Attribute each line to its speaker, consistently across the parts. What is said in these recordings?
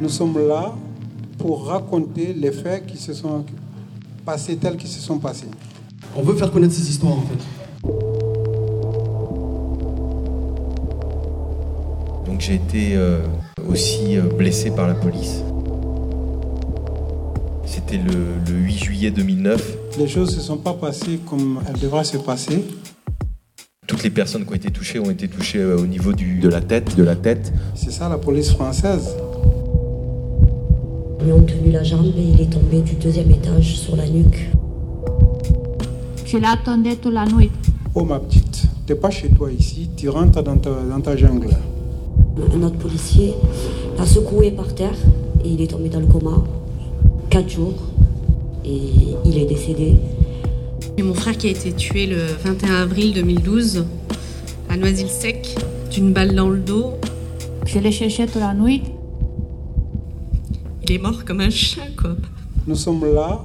Speaker 1: Nous sommes là pour raconter les faits qui se sont passés tels qu'ils se sont passés.
Speaker 2: On veut faire connaître ces histoires en fait.
Speaker 3: Donc j'ai été euh, aussi euh, blessé par la police. C'était le, le 8 juillet 2009.
Speaker 1: Les choses ne se sont pas passées comme elles devraient se passer.
Speaker 3: Toutes les personnes qui ont été touchées ont été touchées euh, au niveau du, de la tête, de la tête.
Speaker 1: C'est ça la police française.
Speaker 4: Ils lui ont tenu la jambe et il est tombé du deuxième étage sur la nuque.
Speaker 5: Ce l'attendais toute la nuit.
Speaker 1: Oh ma petite, t'es pas chez toi ici, tu rentres dans ta, dans ta jungle.
Speaker 4: Un autre policier l'a secoué par terre et il est tombé dans le coma. Quatre jours et il est décédé.
Speaker 6: Et mon frère qui a été tué le 21 avril 2012 à Noisy-le-Sec d'une balle dans le dos.
Speaker 5: Je les cherchais toute la nuit.
Speaker 6: Il est mort comme un chat, quoi.
Speaker 1: Nous sommes là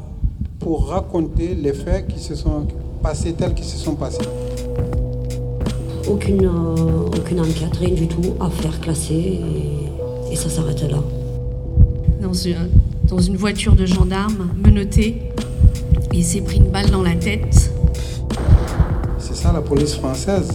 Speaker 1: pour raconter les faits qui se sont passés tels qu'ils se sont passés.
Speaker 4: Aucune, euh, aucune enquête, rien du tout, affaire classée et, et ça s'arrête là.
Speaker 6: Dans une, dans une voiture de gendarme, menotté. Il s'est pris une balle dans la tête.
Speaker 1: C'est ça la police française.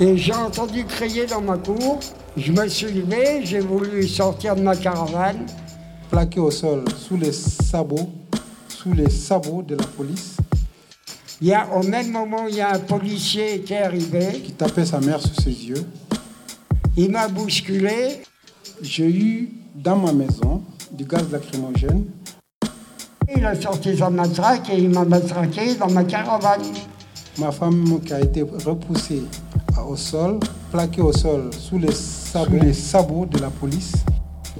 Speaker 7: Et j'ai entendu crier dans ma cour. Je me suis levé, j'ai voulu sortir de ma caravane.
Speaker 1: Plaqué au sol, sous les sabots, sous les sabots de la police,
Speaker 7: Il y a, au même moment, il y a un policier qui est arrivé.
Speaker 1: qui tapait sa mère sous ses yeux.
Speaker 7: Il m'a bousculé.
Speaker 1: J'ai eu dans ma maison du gaz lacrymogène.
Speaker 7: Il a sorti sa matraque et il m'a matraqué dans ma caravane.
Speaker 1: Ma femme qui a été repoussée à- au sol, plaquée au sol, sous les sabots, les sabots de la police.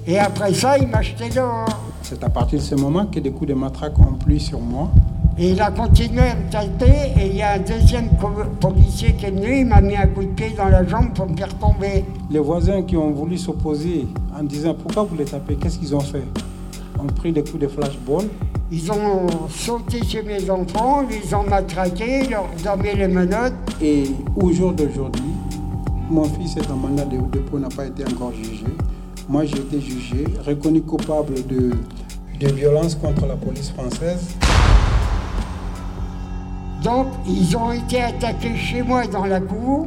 Speaker 7: Et après ça, il m'a jeté dehors.
Speaker 1: C'est à partir de ce moment que des coups de matraque ont plu sur moi.
Speaker 7: Et il a continué à me tâter et il y a un deuxième co- policier qui est venu, il m'a mis un coup de pied dans la jambe pour me faire tomber.
Speaker 1: Les voisins qui ont voulu s'opposer en disant pourquoi vous les tapez, qu'est-ce qu'ils ont fait Ont pris des coups de flashball.
Speaker 7: Ils ont sauté chez mes enfants, ils les ont matraqués, ils leur ont mis les menottes.
Speaker 1: Et au jour d'aujourd'hui, mon fils est en mandat de dépôt, n'a pas été encore jugé. Moi, j'ai été jugé, reconnu coupable de, de violence contre la police française.
Speaker 7: Donc, ils ont été attaqués chez moi dans la cour,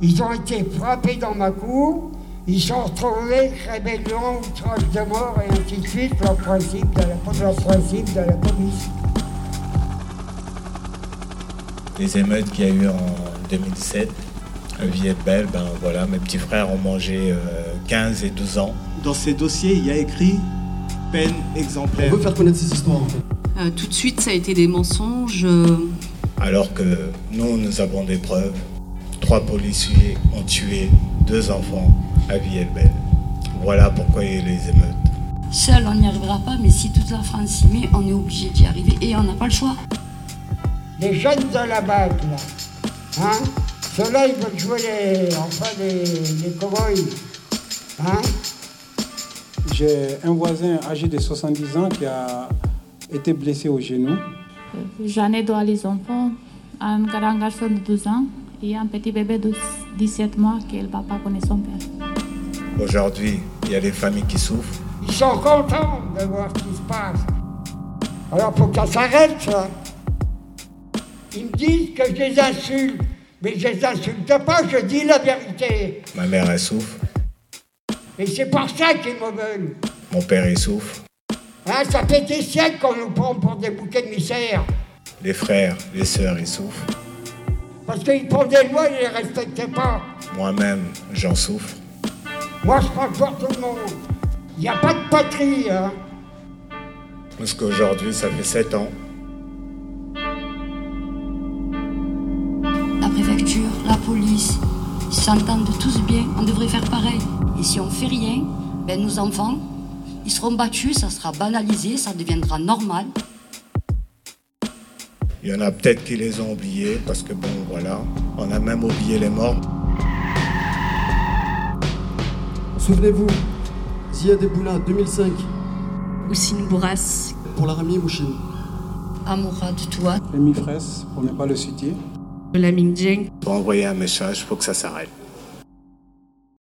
Speaker 7: ils ont été frappés dans ma cour, ils sont retrouvés rébellion, outrage de mort et ainsi de suite, leur principe de la, leur principe de la police.
Speaker 8: Les émeutes qu'il y a eu en 2017, à Villette-Belle, ben voilà, mes petits frères ont mangé euh, 15 et 12 ans.
Speaker 9: Dans ces dossiers, il y a écrit peine exemplaire.
Speaker 2: On veut faire connaître ces histoires en fait.
Speaker 6: Euh, tout de suite, ça a été des mensonges. euh,
Speaker 8: Alors que nous, nous avons des preuves. Trois policiers ont tué deux enfants à Villette-Belle. Voilà pourquoi il y a eu les émeutes.
Speaker 10: Seul, on n'y arrivera pas, mais si toute la France s'y met, on est obligé d'y arriver et on n'a pas le choix.
Speaker 7: Les jeunes de la BAC, là, hein, ceux-là, ils veulent jouer les, enfin, les, les cow-boys, hein.
Speaker 1: J'ai un voisin âgé de 70 ans qui a été blessé au genou.
Speaker 5: J'en ai deux les enfants, un grand garçon de 12 ans et un petit bébé de 17 mois qui ne va pas connaître son père.
Speaker 8: Aujourd'hui, il y a des familles qui souffrent.
Speaker 7: Ils sont contents de voir ce qui se passe. Alors faut que ça s'arrête, ça. Ils me disent que je les insulte, mais je les insulte pas, je dis la vérité.
Speaker 8: Ma mère, elle souffre.
Speaker 7: Et c'est pour ça qu'ils me veulent.
Speaker 8: Mon père, il souffre.
Speaker 7: Hein, ça fait des siècles qu'on nous prend pour des bouquets de misère.
Speaker 8: Les frères, les sœurs, ils souffrent.
Speaker 7: Parce qu'ils prennent des lois, ils les respectaient pas.
Speaker 8: Moi-même, j'en souffre.
Speaker 7: Moi, je prends pour tout le monde. Il n'y a pas de patrie, hein.
Speaker 8: Parce qu'aujourd'hui, ça fait 7 ans
Speaker 10: La préfecture, la police, ils s'entendent tous bien, on devrait faire pareil. Et si on fait rien, ben nos enfants, ils seront battus, ça sera banalisé, ça deviendra normal.
Speaker 8: Il y en a peut-être qui les ont oubliés parce que bon voilà, on a même oublié les morts.
Speaker 2: Souvenez-vous, Zia Deboula 2005
Speaker 6: Oussine Bourras,
Speaker 2: pour la ramener Mouchine.
Speaker 10: Amoura de toi,
Speaker 1: Rémi Fraisse, pour ne pas le citer.
Speaker 6: Lamine Dieng.
Speaker 8: Pour envoyer un message, faut que ça s'arrête.